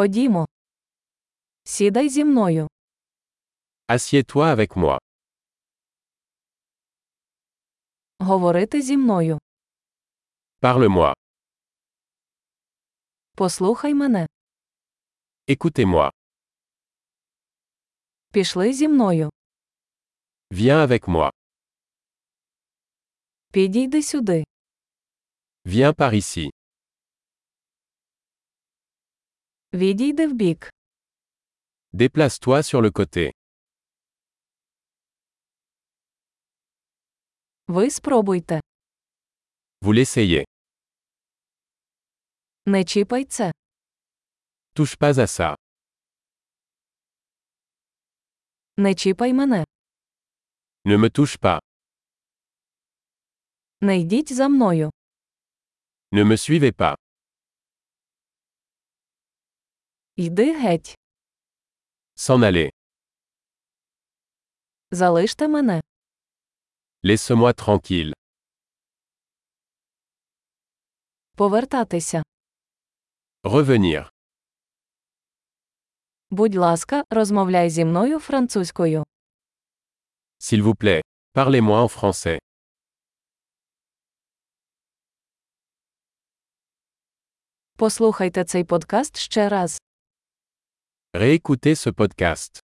Ходімо. Сідай зі мною. Assieds-toi avec moi. Говорити зі мною. Parle-moi. Послухай мене. Écoutez-moi. Пішли зі мною. Viens avec moi. Підійди сюди. Viens par ici. Відійди вбік. Déplace-toi sur le côté. Ви спробуйте. Vous l'essayez. Не чіпай це. Touche pas à ça. Не чіпай мене. Ne me touche pas. Не йдіть за мною. Ne me suivez pas. Йди геть. S'en aller. Залиште мене. Laisse-moi tranquille. Повертатися. Revenir. Будь ласка, розмовляй зі мною французькою. S'il vous plaît. Parlez-moi en français. Послухайте цей подкаст ще раз. Réécoutez ce podcast.